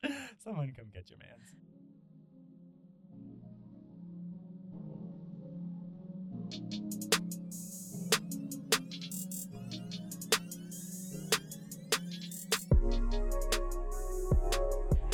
Someone come get your man's.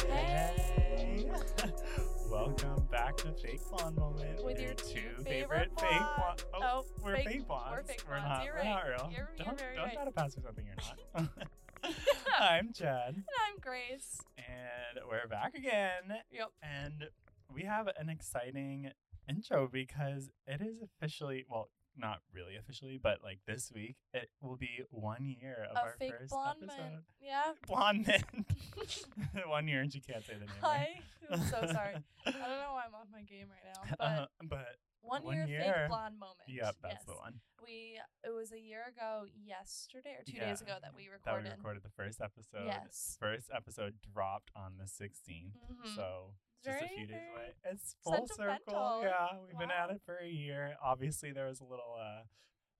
Hey! Welcome back to Fake Blonde Moment With your two favorite fake blonde. blonde- Oh, oh, we're fake- fake, blondes. fake we're blondes. not. You're we're right. not real. You're- you're don't very don't right. try to pass for something you're not. I'm Chad, And I'm Grace. and we're back again, Yep. and we have an exciting intro because it is officially well. Not really officially, but like this week, it will be one year of A our fake first blonde episode. man. Yeah. Blonde men. one year, and she can't say the name. right? Hi. I'm so sorry. I don't know why I'm off my game right now. But Uh, but one, one year, year. fake blonde moment. yep, that's the Yes. one. We it was a year ago yesterday or two days Yeah, ago that we That recorded. we recorded the first episode. yes. First episode dropped on the 16th. Mhm. So just a few days Very away. It's full circle. sentimental. Yeah, we've been at Wow. it for a year. Obviously, there was a little uh,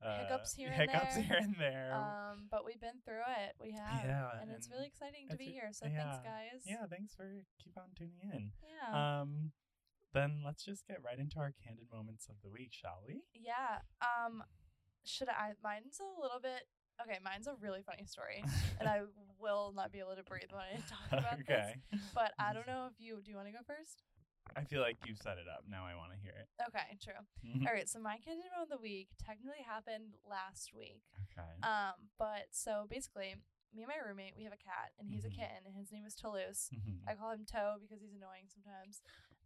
uh, Hiccups here and hiccups there. here and there. Um, but we've been through it. We have. Yeah, And, it's and really exciting to it's be re- here. So yeah. thanks guys. yeah, thanks for keep on tuning in. Yeah. Um, then let's just get right into our candid moments of the week, shall we? yeah. Um should I mine's a little bit okay, mine's a really funny story. and I will not be able to breathe when I talk about this. okay. But I Yes. don't know if you do you want to go first? I feel like you've set it up. Now I want to hear it. Okay, true. Hmm. All right, so my candidate of the week technically happened last week. okay. Um, but so basically, me and my roommate, we have a cat and he's Mhm. a kitten and his name is Toulouse. Mhm. I call him Toe because he's annoying sometimes.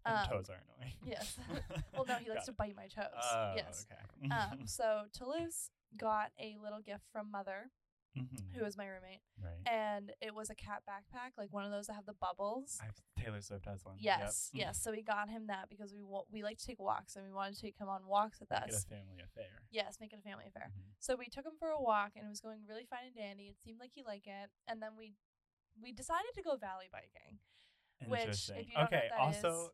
And um, toes are annoying. yes. Well, no, he likes to Got bite my toes. it. Oh, yes. Okay. Um, so Toulouse got a little gift from mother, Mhm. who is my roommate, right. and it was a cat backpack, like one of those that have the bubbles. I've, Taylor Swift has one. Yep. Mm-hmm. Yes, yes. So we got him that because we wa- we like to take walks and we wanted to take him on walks with Make it us. a family affair. Yes, make it a family affair. Mhm. So we took him for a walk and it was going really fine and dandy. It seemed like he liked it, and then we we decided to go valley biking. Which, if Interesting. you don't know what okay. that also, is-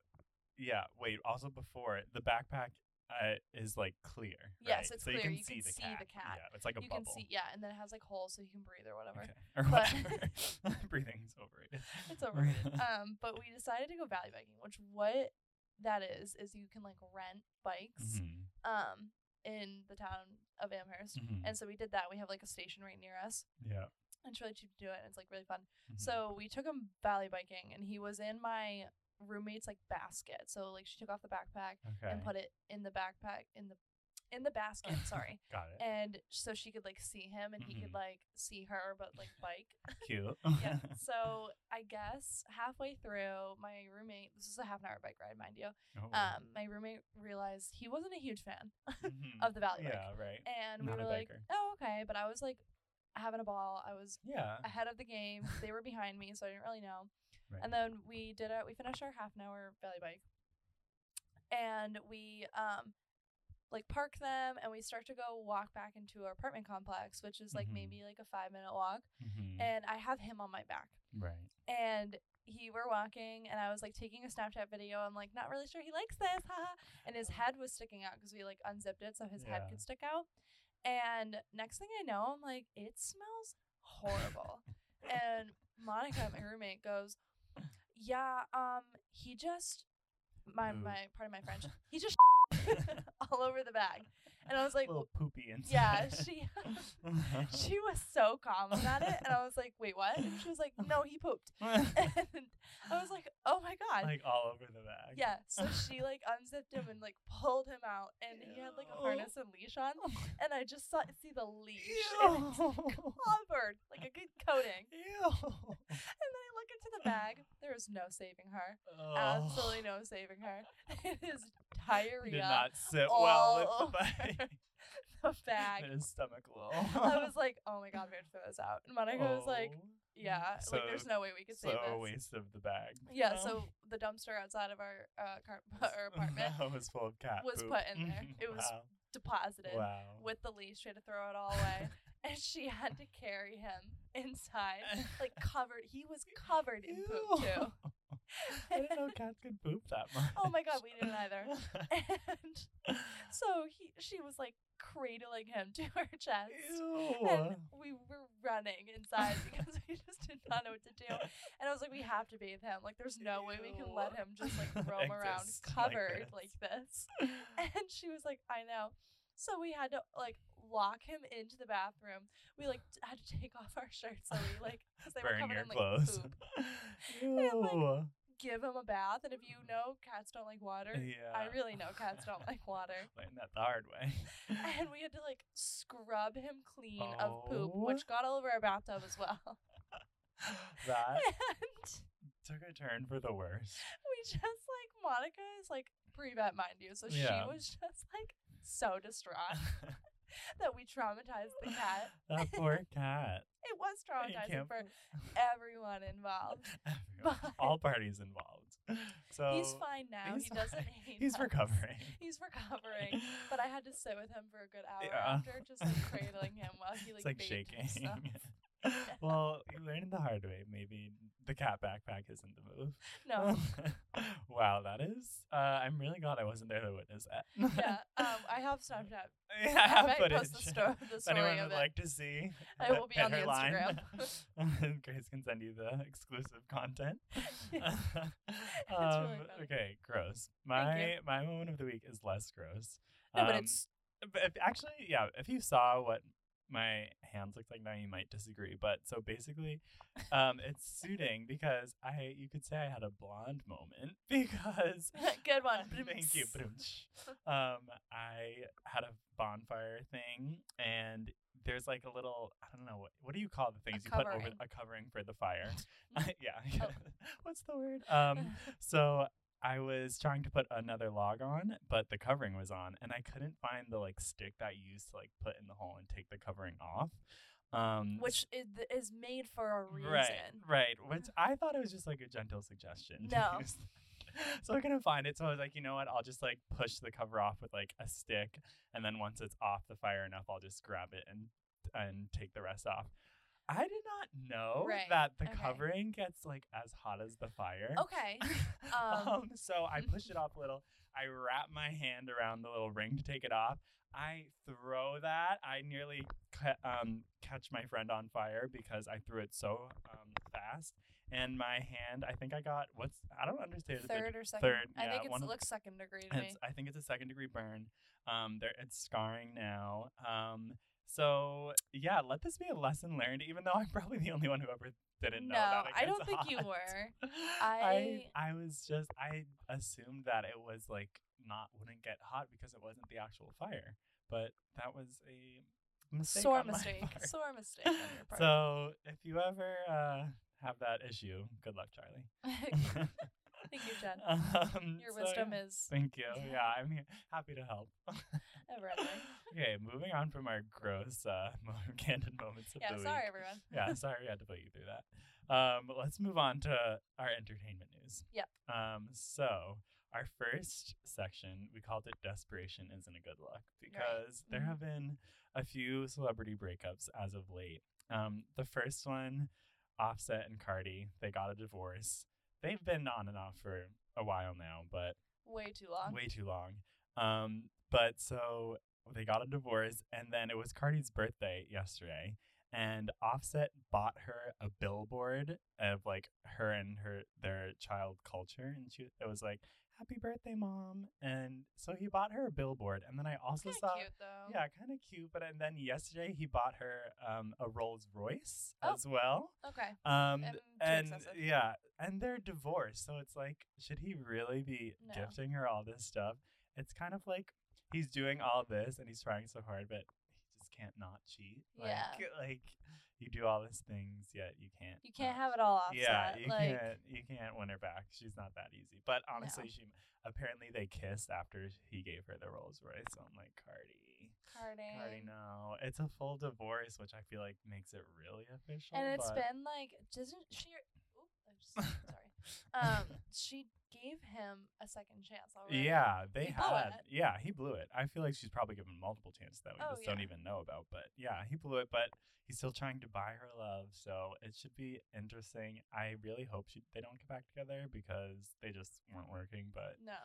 yeah. Wait. Also, before it, the backpack uh, is like clear. Yes, right? it's so You clear, can you see can the see cat. the cat. Yeah, it's like a you bubble. can see, yeah, and then it has like holes so you can breathe or whatever. Okay. Or But- whatever. Breathing's overrated. It's overrated. um, but we decided to go valley biking, which what that is is you can like rent bikes Mhm, um in the town of Amherst. mhm. And so we did that. We have like a station right near us. yeah. mm-hmm. and It's really cheap to do it and it's like really fun. mhm. So we took him valley biking and he was in my roommate's like basket. So like she took off the backpack okay. and put it in the backpack in the in the basket, sorry. Got it. And so she could like see him and he Mhm. could like see her but like bike. Cute. Oh. yeah. So I guess halfway through, my roommate this is a half an hour bike ride, mind you. Oh, Um, my roommate realized he wasn't a huge fan mhm. of the valley bike. Yeah. Right. And we Not a were like, biker. Oh, okay. But I was like having a ball. I was Yeah. ahead of the game. They were behind me, so I didn't really know. Right. And then we did it. We finished our half an hour belly bike, and we um, like park them, and we start to go walk back into our apartment complex, which is like Mhm. maybe like a five minute walk. Mhm. And I have him on my back, right. and he were walking, and I was like taking a Snapchat video. I'm like not really sure he likes this, haha. And his head was sticking out because we like unzipped it, so his head Yeah. could stick out. And next thing I know, I'm like, it smells horrible. and Monica, my roommate, goes, "Yeah, um, he just my Poop. my part of my French, he just all over the bag." And I was like, little poopy inside. "Yeah, she." She was so calm about it, and I was like, "Wait, what?" And she was like, "No, he pooped." And I was like, "Oh my god!" like all over the bag. yeah. So she like unzipped him and like pulled him out, and he had like a Ew. harness and leash on, Oh and I just saw see the leash and it's Ew. covered like a good coating. Ew. And then I look into the bag. There is no saving her. Absolutely no saving her. It is Oh. Did diarrhea. not sit well with all the bag. the bag. Made his stomach low. I was like, oh my god, we have to throw this out. And Monica was like, Oh. yeah, So- like there's no way we could so save a this. waste of the bag. Yeah, Um, so the dumpster outside of our uh, car- our apartment that was full of cat was poop. put in there. It was wow. deposited Wow. with the leash. She had to throw it all away, and she had to carry him inside, like covered. He was covered in poop too. I didn't know cats could poop that much. Oh my god, we didn't either. And so he, she was like cradling him to her chest. Ew. And we were running inside because we just did not know what to do. And I was like, we have to bathe him. Like, there's no way we can let Ew. him just like roam around Exist like covered this. like this. And she was like, I know. So we had to like lock him into the bathroom. We like t- had to take off our shirts so we like because they were Burn covered your in like clothes. poop. Ew. like, Give him a bath, and if you know cats don't like water, yeah. I really know cats don't like water. Learned that the hard way. And we had to like scrub him clean of poop, Oh. which got all over our bathtub as well. that and took a turn for the worst. we just like Monica is like pre-vet, mind you, so Yeah. she was just like so distraught that we traumatized the cat. that poor cat. It was I traumatizing can't for believe- everyone involved. Everyone, but- all parties involved. So he's fine now. he's he doesn't fine. hate He's us. recovering. He's recovering. But I had to sit with him for a good hour Yeah. after just like cradling him while he it's like, like bathed shaking. himself. well, you learned the hard way. Maybe the cat backpack isn't the move. No. wow, that is. Uh, I'm really glad I wasn't there to witness that. yeah. Um I have Snapchat. Yeah, I have might footage. post the, sto- the If story anyone of would it. like to see, I hit- will be hit on the her line. Instagram. Grace can send you the exclusive content. Yeah. Um, really funny. okay, gross. My Thank my moment of the week is less gross. No, but Um, it's but if, actually, yeah. If you saw what my hands looked like now, you might disagree. But so basically, um, it's suiting because I you could say I had a blonde moment because good one. Thank you. um, I had a bonfire thing, and there's like a little I don't know what what do you call the things you put over covering. a covering for the fire? Uh, yeah. What's the word? Um, so I was trying to put another log on, but the covering was on, and I couldn't find the like stick that you used to like put in the hole and take the covering off. Um, Which is, is made for a reason. Right, right. Which I thought it was just like a gentle suggestion. to No. use. So I couldn't find it. So I was like, you know what? I'll just like push the cover off with like a stick, and then once it's off the fire enough, I'll just grab it and and take the rest off. I did not know Right, that the okay. covering gets like as hot as the fire. Okay. um, Um, so I pushed it off a little. I wrap my hand around the little ring to take it off. I throw that. I nearly ca- um, catch my friend on fire because I threw it so um, fast. And my hand, I think I got what's I don't understand. if they Third do- or second. third, I yeah, think one it's of- looks second degree to me. it's, I think it's a second degree burn. Um, there it's scarring now. Um, so yeah, let this be a lesson learned. Even though I'm probably the only one who ever didn't no, know that. it I don't gets think you hot. were. I I was just I assumed that it was like not wouldn't get hot because it wasn't the actual fire, but that was a mistake. Sore on my mistake. part. Sore mistake on your part. So if you ever uh, have that issue, good luck, Charlie. Thank you, Jen. Um, your so, wisdom yeah. is Thank you. Yeah, I'm here. happy to help. ever ending. okay, moving on from our gross, uh, candid moments of Yeah, the sorry week. everyone. yeah, sorry we had to put you through that. Um, let's move on to our entertainment news. Yep. Um, so our first section we called it "Desperation Isn't a Good Look" because there Mhm. have been a few celebrity breakups as of late. Um, the first one, Offset and Cardi, they got a divorce. They've been on and off for a while now, but Way too long. way too long. Um, but so they got a divorce, and then it was Cardi's birthday yesterday, and Offset bought her a billboard of like her and her their child culture, and she it was like "Happy birthday, mom," and so he bought her a billboard, and then I also Kinda saw. cute though. Yeah, kind of cute. But and then yesterday he bought her um, a Rolls Royce Oh. as well. Okay. Um, Um, too and excessive. yeah, and they're divorced, so it's like, should he really be No. gifting her all this stuff? It's kind of like he's doing all this and he's trying so hard, but he just can't not cheat. Like, Yeah. like you do all these things, yet you can't. You can't not have it all offset. uh, yeah, you like can't you can't win her back. She's not that easy. But honestly, she apparently they kissed after he gave her the Rolls Royce. So I'm like, Cardi, carding. Cardi, no, it's a full divorce, which I feel like makes it really official. And it's but been like, doesn't she? Oop, I just, sorry. Um, she gave him a second chance already. Yeah, they He blew had. it. Yeah, he blew it. I feel like she's probably given multiple chances that we Oh, just don't yeah. even know about. But yeah, he blew it. But he's still trying to buy her love, so it should be interesting. I really hope she, they don't get back together because they just weren't working. But No.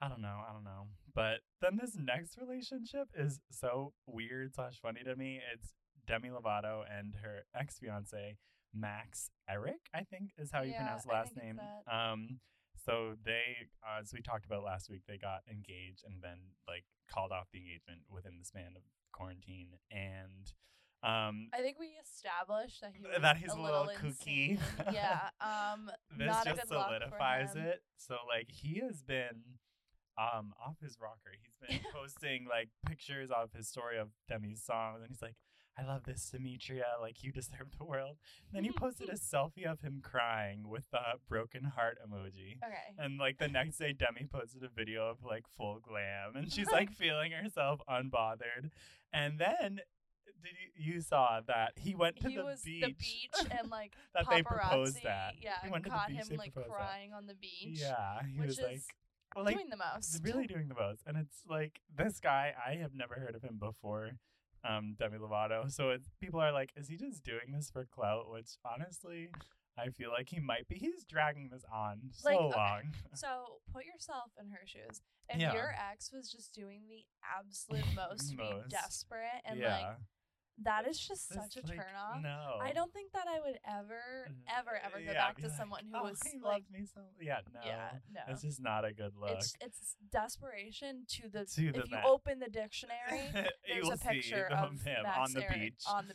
I don't know. I don't know. But then this next relationship is so weird slash funny to me. It's Demi Lovato and her ex fiance Max Eric. I think is how you Yeah, pronounce the I last think it's name. that. Um, so they, uh, as we talked about last week, they got engaged and then like called off the engagement within the span of quarantine. And um, I think we established that he Th- was that he's a a little little kooky. insane. yeah. Um. this not a just good look for solidifies him. it. So like he has been um off his rocker. He's been posting like pictures off his story of Demi's songs and he's like, I love this Demetria, like you deserve the world. then he posted a selfie of him crying with the broken heart emoji. Okay. And like the next day Demi posted a video of like full glam and she's What? like feeling herself unbothered. And then did you, you saw that he went to He the was beach. the beach and like that paparazzi. they proposed that. Yeah. He went to the caught beach, him they like proposed that. crying on the beach. Yeah, he which was is like, well, like doing the most. really doing the most, and it's like this guy. I have never heard of him before, um, Demi Lovato. So it's, people are like, is he just doing this for clout? Which honestly, I feel like he might be. He's dragging this on so Like, okay. long. So put yourself in her shoes. If Yeah. your ex was just doing the absolute most to Most. be desperate and yeah, like that is just That's such a like, turn off. No, I don't think that I would ever, Mm, ever, ever go yeah, back be to like, someone who "Oh, was he like, loved me so. Yeah, no, yeah, no. it's just not a good look. It's it's desperation to the. To if the you ma- open the dictionary, you there's will a picture see the- of him Max on the Ehring beach, On the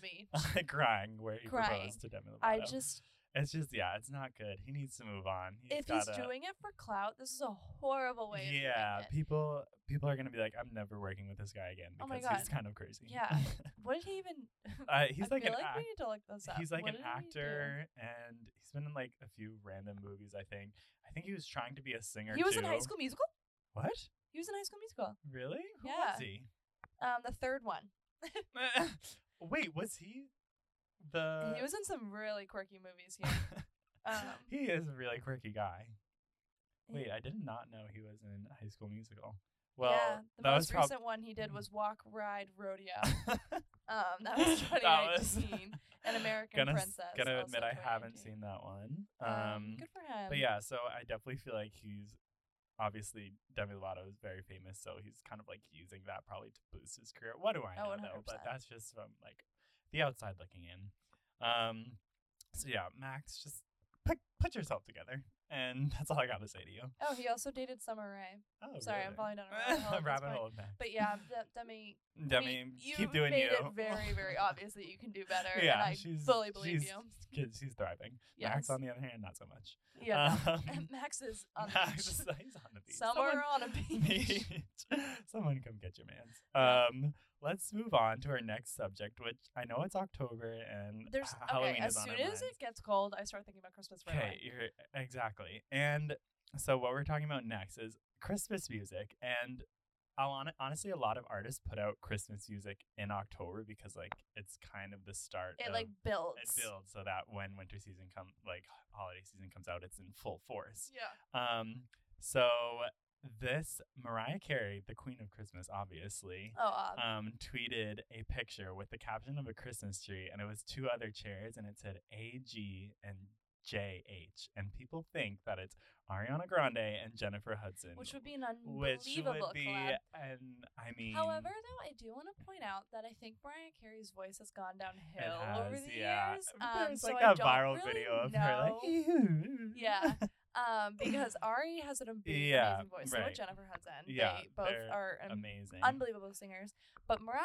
beach, crying where he Crying. proposed to Demi Lovato. I just It's just yeah, it's not good. He needs to move on. if he's doing it for clout, this is a horrible way. of yeah, doing it. people people are gonna be like, I'm never working with this guy again Oh because my he's kind of crazy. Yeah. What did he even? uh, he's I like feel an like act- we need to look this up. he's like What an did he do? actor, and he's been in like a few random movies. I think. I think he was trying to be a singer. He was in High too. School Musical. What? He was in High School Musical. Really? Who Yeah. was he? Um, the third one. Wait, was he the? he was in some really quirky movies here. um, he is a really quirky guy. Yeah. Wait, I did not know he was in High School Musical. Well, yeah, the that was most prob- hmm. recent one he did was Walk, Ride, Rodeo. Um, that was That was- 2019. An American gonna, s- Princess. Gonna also admit I haven't 2019. seen that one. Um, Um, good for him. but yeah, so I definitely feel like he's obviously Demi Lovato is very famous, so he's kind of like using that probably to boost his career. What do I Oh, know though? But 100%. that's just from like the outside looking in. Um, so yeah, Max, just put put yourself together, and that's all I got to say to you. Oh, he also dated Summer Rae. Oh, Sorry, really? I'm falling down a rabbit hole. at this rabbit point. hole of Max. But yeah, De- Demi. I Demi, mean, keep you've doing made you. it very, very obvious that you can do better. Yeah, and I she's- fully believe she's- you. Kid, she's thriving. Yes. Max, on the other hand, not so much. yeah. Um, Max is on the Max beach. is- he's on the beach. Somewhere Someone- on a beach. Someone come get your man's. Yeah. Um, let's move on to our next subject, which I know it's October and There's h- Halloween okay. is As on soon our as it gets cold, I start thinking about Christmas right Okay, away. you're exactly. And so what we're talking about next is Christmas music, and I want honestly a lot of artists put out Christmas music in October because like it's kind of the start. It of, like builds. um, it builds so that when winter season come like holiday season comes out, it's in full force. Yeah. Um, so this Mariah Carey, the Queen of Christmas, obviously, Oh, uh, um, tweeted a picture with the caption of a Christmas tree, and it was two other chairs, and it said A G and J H, and people think that it's Ariana Grande and Jennifer Hudson, which would be an which unbelievable would be, collab. and I mean, However, though, I do want to point out that I think Mariah Carey's voice has gone it downhill has, over the yeah. years. Um, There's so like I that don't viral really video of know. her like, Yeah. um, because Ari has an amazing, Yeah, amazing voice. So right. would Jennifer Hudson. Yeah, they both they're are am- amazing, unbelievable singers. But Mariah,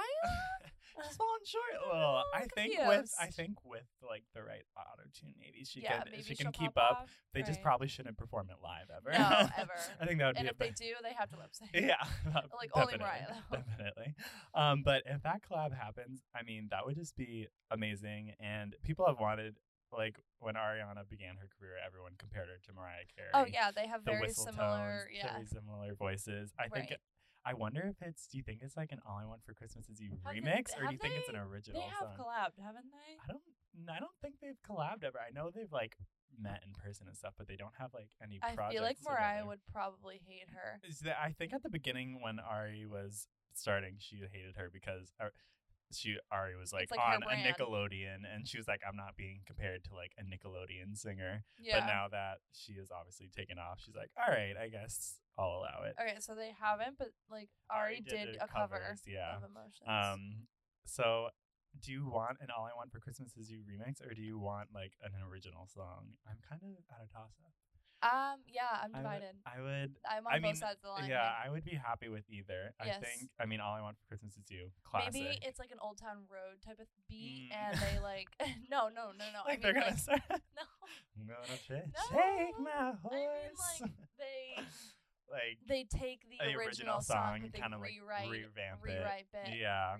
She's falling short a little. I I'm think with I confused. think with like the right auto tune, maybe she yeah, could maybe she can she'll keep pop up. off, They just right. probably shouldn't perform it live ever. No, ever. I think that would And be if a they bad- do, they have to lip sync. yeah, that- like, only definitely, Mariah, though. Definitely. Um, but if that collab happens, I mean, that would just be amazing. And people have wanted, like, when Ariana began her career, everyone compared her to Mariah Carey. Oh yeah, they have the very whistle tones, similar. yeah. very similar voices. I think. Right. It, I wonder if it's. Do you think it's like an "All I Want for Christmas Is You" Have they- remix, or do have you think it's an they- original They have song? collabed, haven't they? I don't. n- I don't think they've collabed ever. I know they've like met in person and stuff, but they don't have like any. I feel projects like Mariah together. would probably hate her. Is that I think at the beginning when Ari was starting, she hated her because. Ar- she Ari was like, like her on a brand. Nickelodeon, and she was like, I'm not being compared to like a Nickelodeon singer. Yeah. But now that she is obviously taken off, she's like, all right, I guess I'll allow it. okay, so they haven't, but like Ari, did, a cover covers, yeah. of emotions. Um, so do you want an All I Want for Christmas Is You remix, or do you want like an original song? I'm kind of at a toss up. Um, yeah, I'm I would- divided. I would, I'm on I both mean, sides of the line. yeah, I here. would be happy with either. I Yes. think, I mean, All I Want for Christmas Is You, classic. Maybe it's like an old town road type of beat, Mm. and they like no, no, no, no. like I they're mean, gonna like, start. no, I'm gonna take No, my I mean horse. like they like, they take the A original, song, but they kinda, like, rewrite, revamp it. rewrite it. yeah,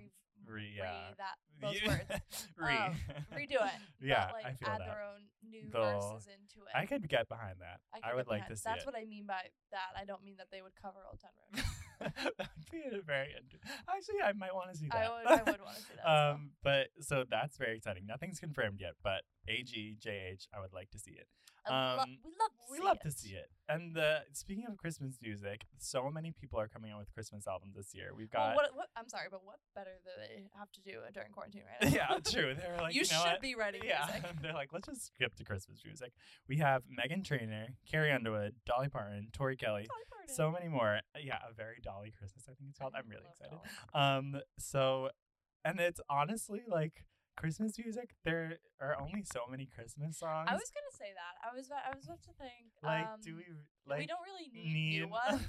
re- re- yeah. re- that those Yeah. words. Re. Um, Redo it. Yeah, but, like I feel add that. their own new The- verses into it. I could get behind that. I I, could would get like behind- to see That's it. what I mean by that. I don't mean that they would cover Old Town Road. That'd be a very int- actually. I might want to see that. I would- I would wanna see that as well. um, but so that's very exciting. Nothing's confirmed yet, but AGJH, I would like to see it. I lo- Um, we love to We see love it. to see it. And the speaking of Christmas music, so many people are coming out with Christmas albums this year. We've Well, got Oh, what, what, I'm sorry, but what better do they have to do during quarantine right now? yeah, true. They were like, you, you, know should what? be writing yeah, music. they're like, let's just skip to Christmas music. We have Megan Trainor, Carrie Underwood, Dolly Parton, Tori Kelly, Dolly Parton. so many more. Uh, Yeah, a very Dolly Christmas, I think it's I called. I'm really love excited. Dolly. Um, so, and it's honestly like Christmas music. There are only so many Christmas songs. I was gonna say that. I was. about- I was about to think. like, um, do we like? we don't really need, need new ones.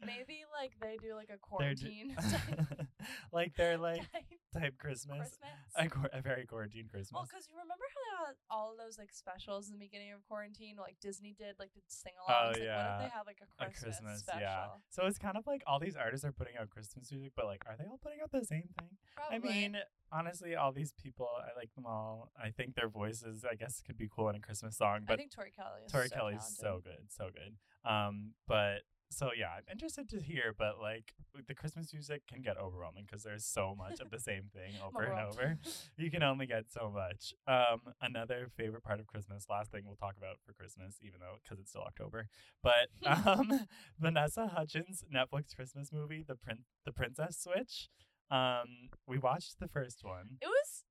Maybe like they do like a They're ju- quarantine type, like they're like type type Christmas, Christmas. a, quar- a very quarantine Christmas. well, because you remember how they had all of those like specials in the beginning of quarantine, like Disney did, like did sing alongs. like, What Oh, yeah. if they have like a a Christmas, Christmas, special? yeah. So it's kind of like all these artists are putting out Christmas music, but like, are they all putting out the same thing? Probably. I mean, honestly, all these people, I like them all. I think their voices, I guess, could be cool in a Christmas song, I but think Tori Kelly. Is Tori so Kelly's talented. so good, so good. Um, but so yeah, I'm interested to hear, but like the Christmas music can get overwhelming because there's so much of the same thing I'm over and overwhelmed. over. You can only get so much. Um, another favorite part of Christmas, last thing we'll talk about for Christmas, even though because it's still October, but um, Vanessa Hudgens Netflix Christmas movie, the print, the Princess Switch. Um, we watched the first one. it was.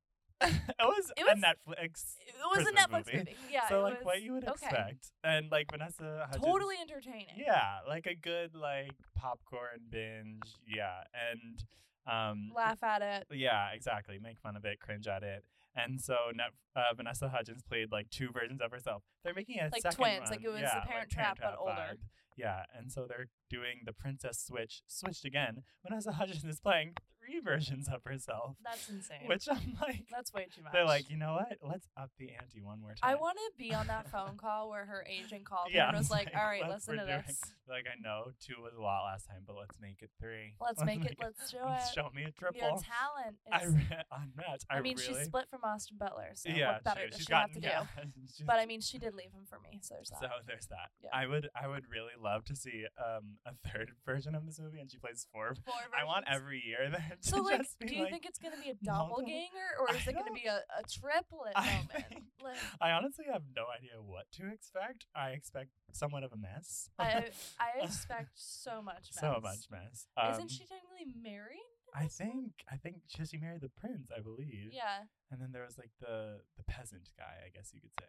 it was It a was- Netflix. It was Christmas a Netflix movie. movie. Yeah. so it like what was- you would okay. expect, and like Vanessa Hudgens, Totally entertaining. yeah, like a good like popcorn binge. Yeah, and um, Laugh at it. yeah, exactly. Make fun of it, cringe at it. And so Net- uh, Vanessa Hudgens played like two versions of herself. They're making a Like second twins, like one. it was The yeah, Parent Parent Trap, but older. vibe. Yeah, and so they're doing the Princess Switch, switched again. Vanessa Hudgens is playing three versions of herself, That's insane. which I'm like, That's way too much. they're like, you know what? Let's up the ante one more time. I want to be on that phone call where her agent called Yeah, her and was it's like, like, "All right, let's listen to redirect- this. like I know two was a lot last time, but let's make it three. Let's make it. Let's do let's it. show me a Your triple. talent I is. re- unmatched. I, I mean, really she split from Austin Butler, so yeah, what better sure. does She's she gotten, have to do? yeah. She's- But I mean, she did leave him for me, so there's that. so there's that. Yeah. I would I would really love to see um a third version of this movie, and she plays four. Four I want versions. every year there to So like, just be do you like, think it's gonna be a multiple- doppelganger or is I it gonna don't- be a, a triplet I moment? think- Like, I honestly have no idea what to expect. I expect somewhat of a mess. I I expect so much. Mess. so much mess. Um, Isn't she technically married? in I this one? think I think she, she married the prince, I believe. Yeah. And then there was like the the peasant guy, I guess you could say.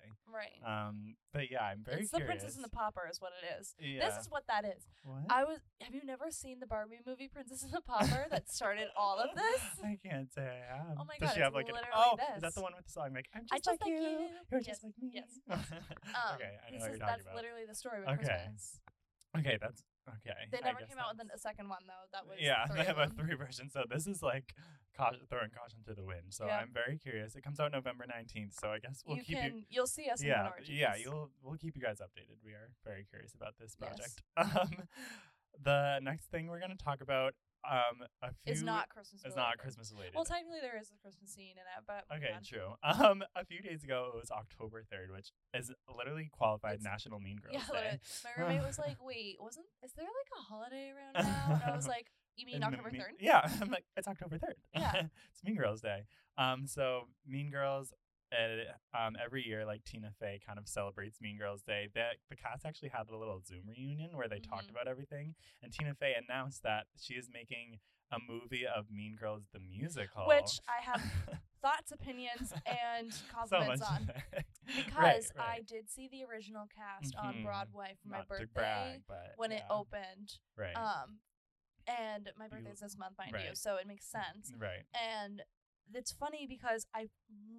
Right. Um, but yeah, I'm very it's the curious. Princess and the Pauper is what it is. yeah. This is what that is. what? I was. Have you never seen the Barbie movie Princess and the Pauper that started all of this? I can't say I have. Oh my Does God, she have it's like an, literally oh, is that this. the one with the song like I'm just, I just like, like you, you. are Yes, just like me? yes, Um, okay, I know what this is- you're that's talking about. literally the story with Okay. Christmas. Okay, that's okay. They I never guess came out with an- a that's- second one though. That was yeah, Three they have of a them. three version. So this is like caution, throwing caution to the wind. So Yeah. I'm very curious. It comes out November 19th. So I guess we'll you keep you can. You, will see us in yeah, Minority yeah, Jeans. you'll we'll keep you guys updated. We are very curious about this Yes. project. Um, the next thing we're gonna talk about um a few It's not Christmas. is not related. Christmas related. Well, technically there is a Christmas scene in it, but moving okay, on. true. Um, a few days ago it was October third, which is literally qualified It's- National Mean Girls Yeah, Day. literally. my roommate was like, "Wait, wasn't is there like a holiday around now?" And I was like, "You mean And m- October mean- 3rd? Yeah, I'm like it's October third. Yeah. it's Mean Girls Day. Um, so Mean Girls and um, every year, like Tina Fey kind of celebrates Mean Girls Day. That the cast actually had a little Zoom reunion where they talked Mhm. about everything, and Tina Fey announced that she is making a movie of Mean Girls the musical, which I have thoughts, opinions, and compliments on. Because I did see the original cast on Mhm. Broadway for my Not birthday to brag, but when it yeah, opened. right, Um, and my birthday's this month, mind you, right. Mm-hmm. so it makes sense. right, And it's funny because I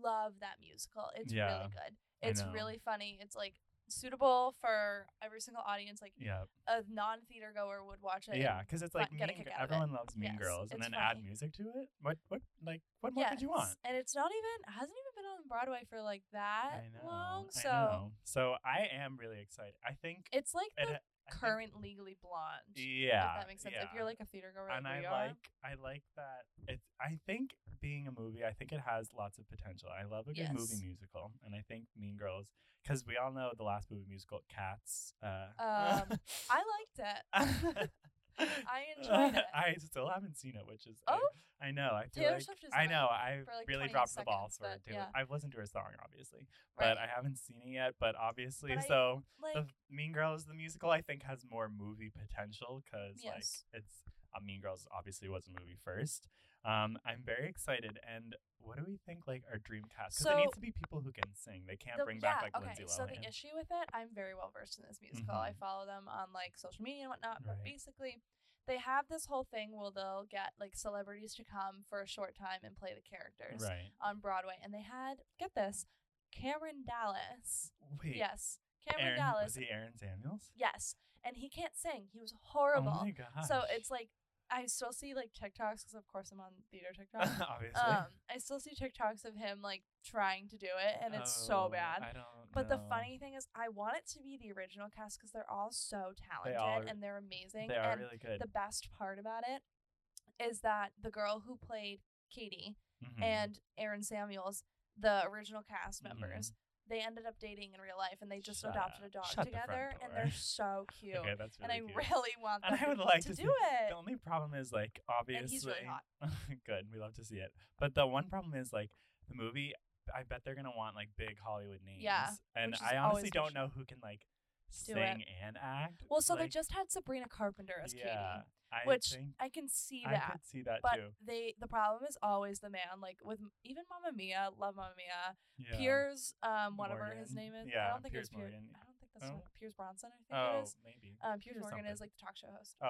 love that musical. It's Yeah, really good. I It's know. really funny. It's like suitable for every single audience. Like yeah, a non theater goer would watch it. yeah, and because it's fun- like get a mean, kick Gir- out of it. everyone loves Mean Yes, Girls, and it's then add funny. music to it. What, what, like, what more could you Yes, want? And it's not even hasn't even been on Broadway for like that I know. long. I So know. so I am really excited. I think it's like it the ha- I think- current Legally Blonde. yeah, If that makes sense. If yeah. you're like a theater goer, and like I we are, like I like that it's I think being a movie I think it has lots of potential. I love a good movie Yes. musical and I think Mean Girls cuz we all know the last movie musical Cats uh Um, I liked it. I enjoyed it. I still haven't seen it which is Oh. I, I know I feel Taylor like Swift is I in it know I for, like, really 20 dropped the ball seconds, for but Taylor. yeah. I've listened to her song obviously right. but I haven't seen it yet but obviously But I so like the Mean Girls the musical I think has more movie potential because Yes. like it's uh, Mean Girls obviously was a movie first. Um, I'm very excited. And what do we think like our dream cast? Because it needs So- to be people who can sing. They can't the- bring yeah, back like okay. Lindsay so Lohan. the issue with it, I'm very well versed in this musical. I Mhm. follow them on like social media and whatnot. But Right. basically, they have this whole thing where they'll get like celebrities to come for a short time and play the characters right. on Broadway. And they had get this, Cameron Dallas. Wait. Yes, Cameron Aaron, Dallas. Was he Aaron Samuels? yes, and he can't sing. He was Oh horrible. my gosh. so it's like I still see like TikToks because of course I'm on theater TikTok. obviously. um, I still see TikToks of him like trying to do it, and it's so Oh, bad. I don't But the know. funny thing is, I want it to be the original cast because they're all so They talented all are- and they're amazing. they are and really good. the best part about it is that the girl who played Katie Mhm. and Aaron Samuels, the original cast members, they ended up dating in real life and they just Mm-hmm. Shut adopted up. a dog Shut the front together, and door. they're so cute. okay, that's and really I cute. really want them and I would like to, to, see- do it. The only problem is like obviously And he's really hot. good. We love to see it. But the one problem is like the movie. I bet they're gonna want like big Hollywood names. Yeah, and which is I always honestly an don't issue. know who can like Do sing it. and act. Well, so they like, just had Sabrina Carpenter as yeah. Katie, I which think I can see I that. could see that but too. they the problem is always the man. Like with m- even Mamma Mia, love Mamma Mia. Yeah. Piers, um, whatever his Morgan. name is. I Yeah, don't think Piers it was Piers. Morgan. I don't think that's what- Piers Bronson. I think oh, it is. maybe. Um, Piers Piers Morgan something. is like the talk show host, oh,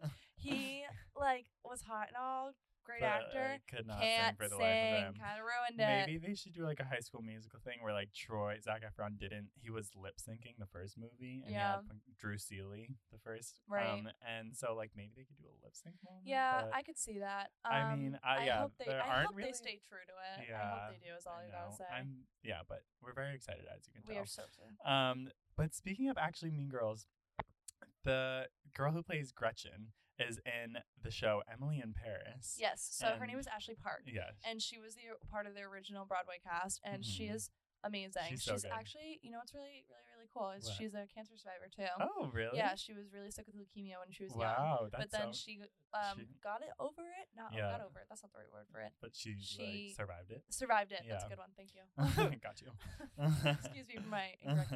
right. he like was hot and all, great But I actor. could not Can't sing for the life of sing. him. Kind of ruined Maybe it. they should do like a high school musical thing where like Troy, Zach Efron didn't. He was lip syncing the first movie, and yeah, Yeah. had like, Drew Seeley the first, Right. Um, and so like maybe they could do a lip sync moment. Yeah, but I could see that. Um, I mean, I- yeah, hope they, there I aren't hope really- they stay true to it. I Yeah, hope they do. Is I all I, gotta know. say. I'm yeah, but we're very excited as you can we tell. are so soon. Um, but speaking of actually Mean Girls, the girl who plays Gretchen is in the show Emily in Paris. Yes. So her name and- is Ashley Park. Yes. and she was the part of the original Broadway cast, and she Mhm. is amazing. She's She's, so good. actually, you know, what's really, really, really cool is What? she's a cancer survivor too. oh really? Yeah, she was really sick with leukemia when she was young, Wow, that's but then so- she um she- got it over it. Not Yeah. got over it. That's not the right word for it. but she she- like survived it. Survived it. That's Yeah. a good one. Thank you. Got you. Excuse me for my incorrect.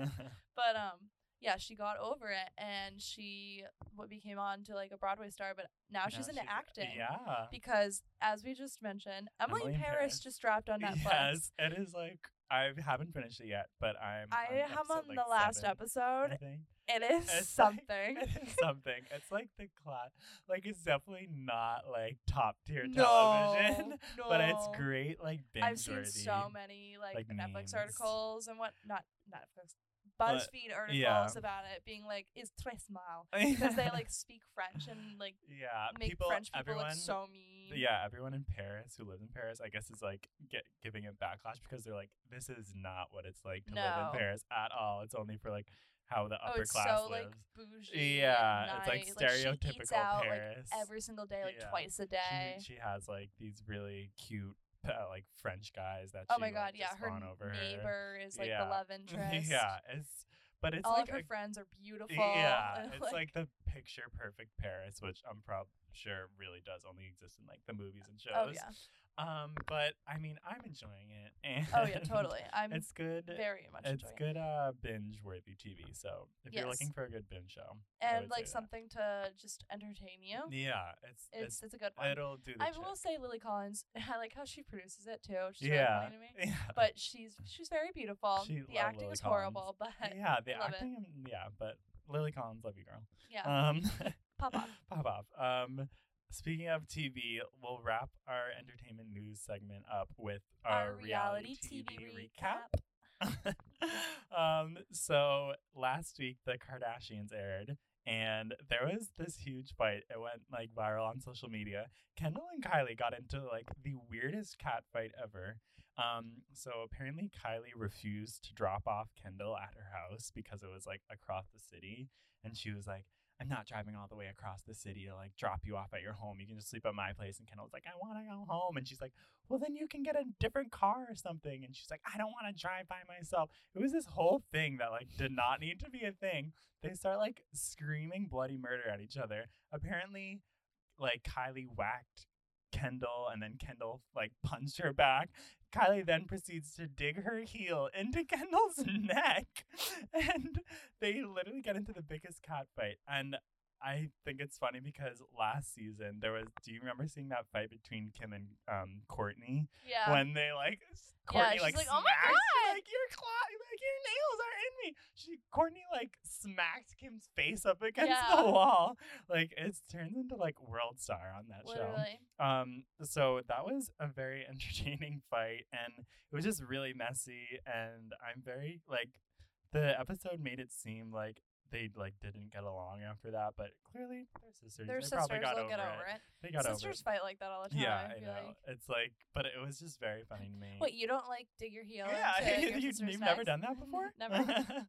but um. Yeah, she got over it and she what became on to like a Broadway star, but now she's Now into acting. Yeah. Because as we just mentioned, Emily, Emily in in Paris, Paris. just dropped on Netflix. Yes, it is like I haven't finished it yet, but I'm. I am episode, on like, the last seven, I episode. think. It is It's like- something. It is something. It's like the class. Like it's definitely not like top tier television, No, but it's no. great. Like binge I've seen so many like, like, Netflix memes. articles and what not Netflix But- BuzzFeed articles yeah. about it being like is tres mal many because they like speak French and like yeah make Uh, people French people everyone look so mean. yeah everyone in Paris who lives in Paris I guess is like get giving it backlash because they're like this is not what it's like to live No. in Paris at all. It's only for like how the Oh, upper it's class so like lives. bougie. Yeah, and it's like nice. stereotypical she eats out, Paris. Like, every single day, like Yeah. twice a day. she, she has like these really cute uh, like French guys that oh she my like, god, yeah. just Her fawn over her. neighbor is like Yeah. the love interest. yeah, it's but it's all like of her a- friends are beautiful. yeah, and, it's like the picture perfect Paris, which I'm prob sure really does only exist in like the movies and shows. Oh yeah. Um, but I mean, I'm enjoying it. And Oh yeah. Totally. I'm It's good. very much It's enjoying. it. good uh, binge-worthy TV. So if you're looking Yes. for a good binge show, I And would like say that. something to just entertain you. yeah, it's It's it's, it's a good one. it'll do the I trick. will say Lily Collins. I like how she produces it too. She's really yeah, funny to me. yeah, But she's she's very beautiful. She- the love acting Lily is Collins. horrible, but yeah. The love it. acting, and- yeah, but Lily Collins, love you, girl. yeah, Um, pop off. Pop off. Um, speaking of TV, we'll wrap our entertainment news segment up with our, reality, TV, recap. um, so last week the Kardashians aired, and there was this huge fight. It went like viral on social media. Kendall and Kylie got into like the weirdest cat fight ever. Um, so apparently Kylie refused to drop off Kendall at her house because it was like across the city, and she was like. I'm not driving all the way across the city to like drop you off at your home. You can just sleep at my place. And Kendall's like, I want to go home. And she's like, Well, then you can get a different car or something. And she's like, I don't want to drive by myself. It was this whole thing that like did not need to be a thing. They start like screaming bloody murder at each other. Apparently, like Kylie whacked Kendall and then Kendall like punched her back. Kylie then proceeds to dig her heel into Kendall's neck. And they literally get into the biggest cat fight. And I think it's funny because last season there was do you remember seeing that fight between Kim and um Courtney? Yeah, When they like s- Yeah, Courtney she's like, like, smacked "Oh my God!" like your claw like your nails are in me. She Courtney like smacked Kim's face up against Yeah. the wall. Like it's turned into like world star on that show. literally. Um, so that was a very entertaining fight, and it was just really messy. And I'm very like, the episode made it seem like they like didn't get along after that, but clearly they're sisters. Their they sisters probably got will over get it. over it. They got sisters fight like that all the over it. time. Yeah, I I feel know. Like. It's like, but it was just very funny to me. Wait, you don't like dig your heel? Yeah, into your you, sister's have never necks? done that before. Never.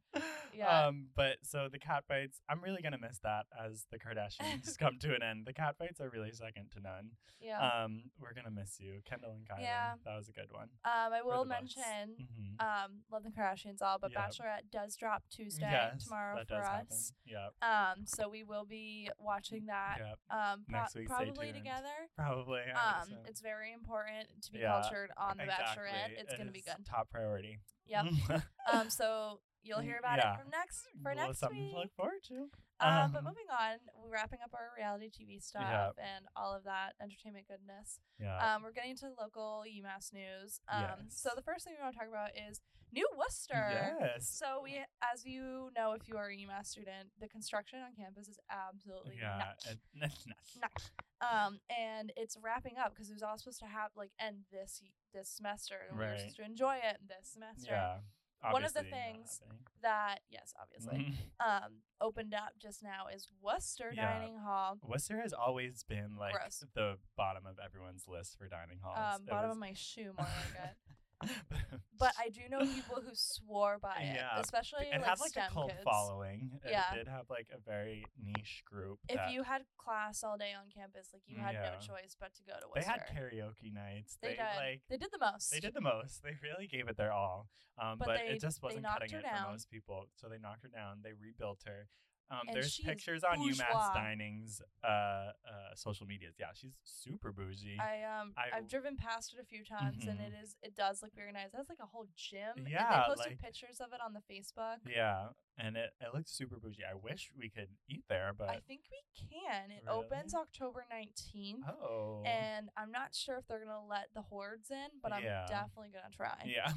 Yeah. Um, but so the cat fights, I'm really gonna miss that as the Kardashians come to an end. The cat fights are really second to none. Yeah. Um, we're gonna miss you, Kendall and Kylie. Yeah. that was a good one. um, I We're will the best. mention. Mhm. Um, love the Kardashians all, but Yeah. Bachelorette does drop Tuesday Yes, tomorrow that for does happen. us. Yep, Um, so we will be watching that. yep, Um, pro- Next week, stay probably tuned. together. probably. I Um, would assume. it's very important to be Yeah, cultured on The exactly. Bachelorette. It's It gonna be is good. Top priority. Yep. um, so you'll Mm, hear about yeah. it from next for Well, next something week. to look forward to. um, but um, moving on, we're wrapping up our reality TV stuff Yeah. and all of that entertainment goodness. Yeah. Um, we're getting to local UMass news. Um, so Yes. the first thing we want to talk about is New Worcester. yes. So we, as you know, if you are a UMass student, the construction on campus is absolutely yeah. nuts. it- it's nuts. Nuts. Um, and it's wrapping up because it was all supposed to have like end this y- this semester, and we were Right. supposed to enjoy it this semester. Yeah. One of the obviously not things happening. That yes, obviously, Mhm. um, opened up just now is Worcester Yeah. Dining Hall, Worcester has always been like Gross. the bottom of everyone's list for dining halls. um, Oh, It bottom was- of my shoe, more like it. But- But I do know people who swore by it, Yeah, especially it like had like STEM a cult kids. following. Yeah. It did have like a very niche group. If that- you had class all day on campus, like you had Yeah. no choice but to go to they Worcester. had karaoke nights. They, They, did. like they did the most. they did the most. They really gave it their all. Um, But but, they- it just they wasn't knocked cutting her it down. for most people. So they knocked her down. They rebuilt her. Um, And there's she is pictures on bourgeois. UMass Dining's uh, uh, social medias. Yeah, she's super bougie. I um I, I have w- driven past it a few times and it is it does look very nice. That's like a whole gym. and Yeah, they posted like- pictures of it on the Facebook. yeah, and it, it looks super bougie. I wish we could eat there, but I think we can. It opens Really? October nineteenth. oh, And I'm not sure if they're gonna let the hordes in, but I'm Yeah. definitely gonna try. yeah, I'm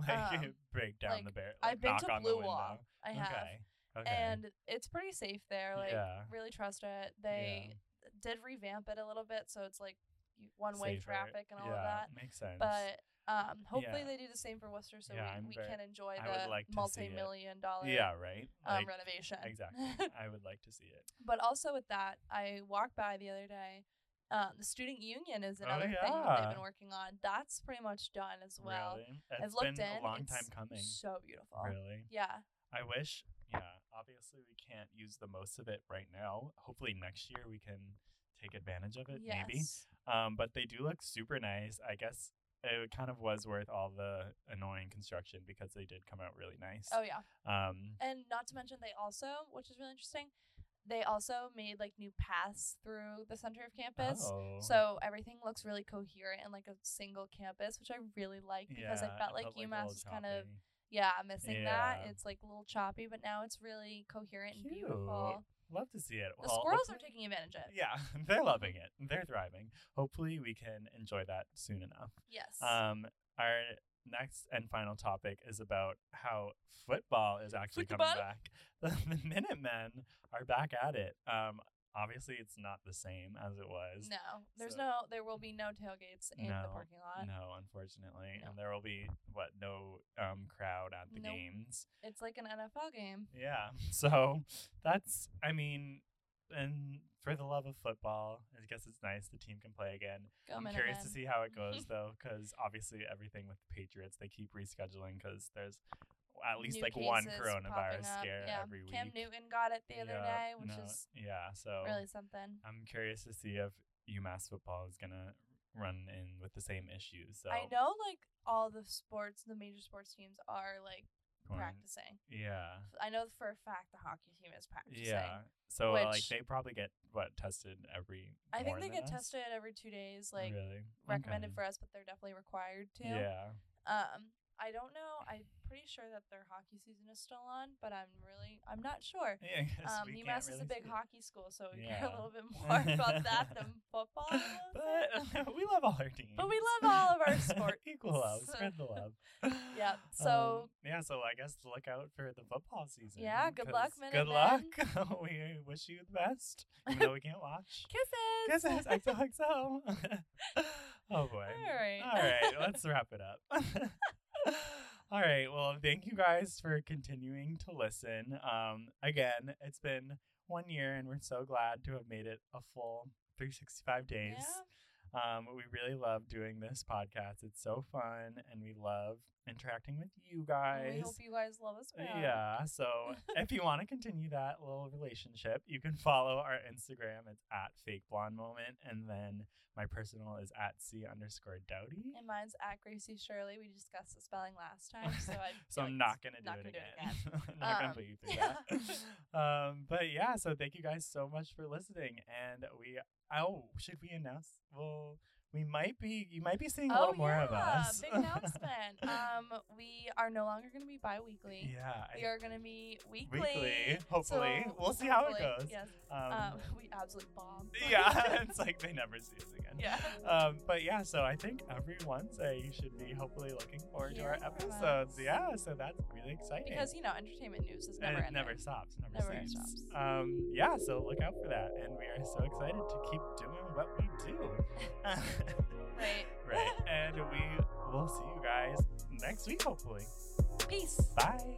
gonna like Um, break down like, the bear. I've been knock to on the Blue window. Wall. I have, Okay. Okay. and it's pretty safe there. Like, Yeah. really trust it. They did revamp it a little bit, so it's like one way safer. traffic and all yeah, of that. Makes sense. But um, hopefully Yeah. they do the same for Worcester, so Yeah, I'm we, we ver- can enjoy I would the like to see it. multi-million dollar yeah, right. um, Like, renovation. exactly. I would like to see it. but also with that, I walked by the other day. Um, the student union is Oh, another thing that they've yeah. been working on. That's pretty much done as well. really? I've It's looked been in. a long it's time coming. So beautiful. Really, Yeah. I wish. Yeah, obviously we can't use the most of it right now. Hopefully next year we can take advantage of it. yes. Maybe. Um, but they do look super nice. I guess it kind of was worth all the annoying construction because they did come out really nice. Oh yeah. Um, And not to mention they also, which is really interesting, they also made like new paths through the center of campus. Oh. So everything looks really coherent in like a single campus, which I really like because I Yeah, felt like a UMass little was kind of choppy. yeah missing that. Yeah. It's like a little choppy, but now it's really coherent and Cute. beautiful. Love to see it. The squirrels are hopefully- taking advantage of it. Yeah, they're loving it. They're thriving. Hopefully, we can enjoy that soon enough. Yes. Um, our next and final topic is about how football is actually coming Football? back. The, the Minutemen are back at it. Um, obviously, it's not the same as it was. no, there's so- no. There will be no tailgates in the No, parking lot. No, unfortunately, uh No. and there will be what no um crowd at the Nope. games. It's like an NFL game. Yeah, so that's I mean, and for the love of football, I guess it's nice the team can play again. Go I'm Minutemen. curious to see how it goes though, because obviously everything with the Patriots they keep rescheduling because there's at least New like one cases popping coronavirus up. scare yeah. every week. Cam Newton got it the other Yeah, day, which no, is yeah. So really something. I'm curious to see if UMass football is gonna run in with the same issues. So I know like all the sports, the major sports teams are like going- practicing. Yeah. I know for a fact the hockey team is practicing. Yeah. So uh, like Which- they probably get what tested every. I think more they than get us? tested every two days, like really recommended Okay. for us, but they're definitely required to. Yeah. Um, I don't know. I'm pretty sure that their hockey season is still on, but I'm really, I'm not sure. Yeah. I guess Um, we can't UMass is a really big see. hockey school, so we care Yeah. a little bit more about that than football. I will say. but we love all our teams. But we love all of our sports. Equal love, spread the love. Yep, Um, so- yeah, so I guess look out for the football season. Yeah, good luck, 'cause Good luck. Minutemen. we wish you the best, even though we can't watch. Kisses. Kisses, XOXO. oh boy. All right. All right, let's wrap it up. All right. Well, thank you guys for continuing to listen. Um, again, it's been one year, and we're so glad to have made it a full 365 days. Yeah. Um, we really love doing this podcast. It's so fun, and we love interacting with you And guys. Uh, We hope you guys love us back. Yeah. So if you want to continue that little relationship, you can follow our Instagram. It's at fake blonde moment. And then my personal is at C underscore Doughty. And mine's at Gracie Shirley. We discussed the spelling last time, so I. So feel I'm like not it's gonna do, not it, gonna again. I'm not gonna Um, put you through that. um, but yeah, so thank you guys so much for listening. And we oh, should we announce? Well, we might be. You might be seeing a little more of us. Oh, Big announcement. um, we are no longer going to be bi weekly. yeah. We I- are going to be weekly. Weekly, hopefully. We'll see how it goes. Yes. um, Um, we absolutely bomb. yeah, it's like they never see us again. yeah. Um, but yeah, so I think every Wednesday you should be hopefully looking forward to our Hearing from episodes. us. Yeah, so that's really exciting. Because, you know, entertainment news is And never it never ending. stops. Never, Never sleeps. stops. Um, yeah, so look out for that, and we are so excited to keep doing what we do. Right. right, and we will see you guys next week, hopefully. Peace. Bye.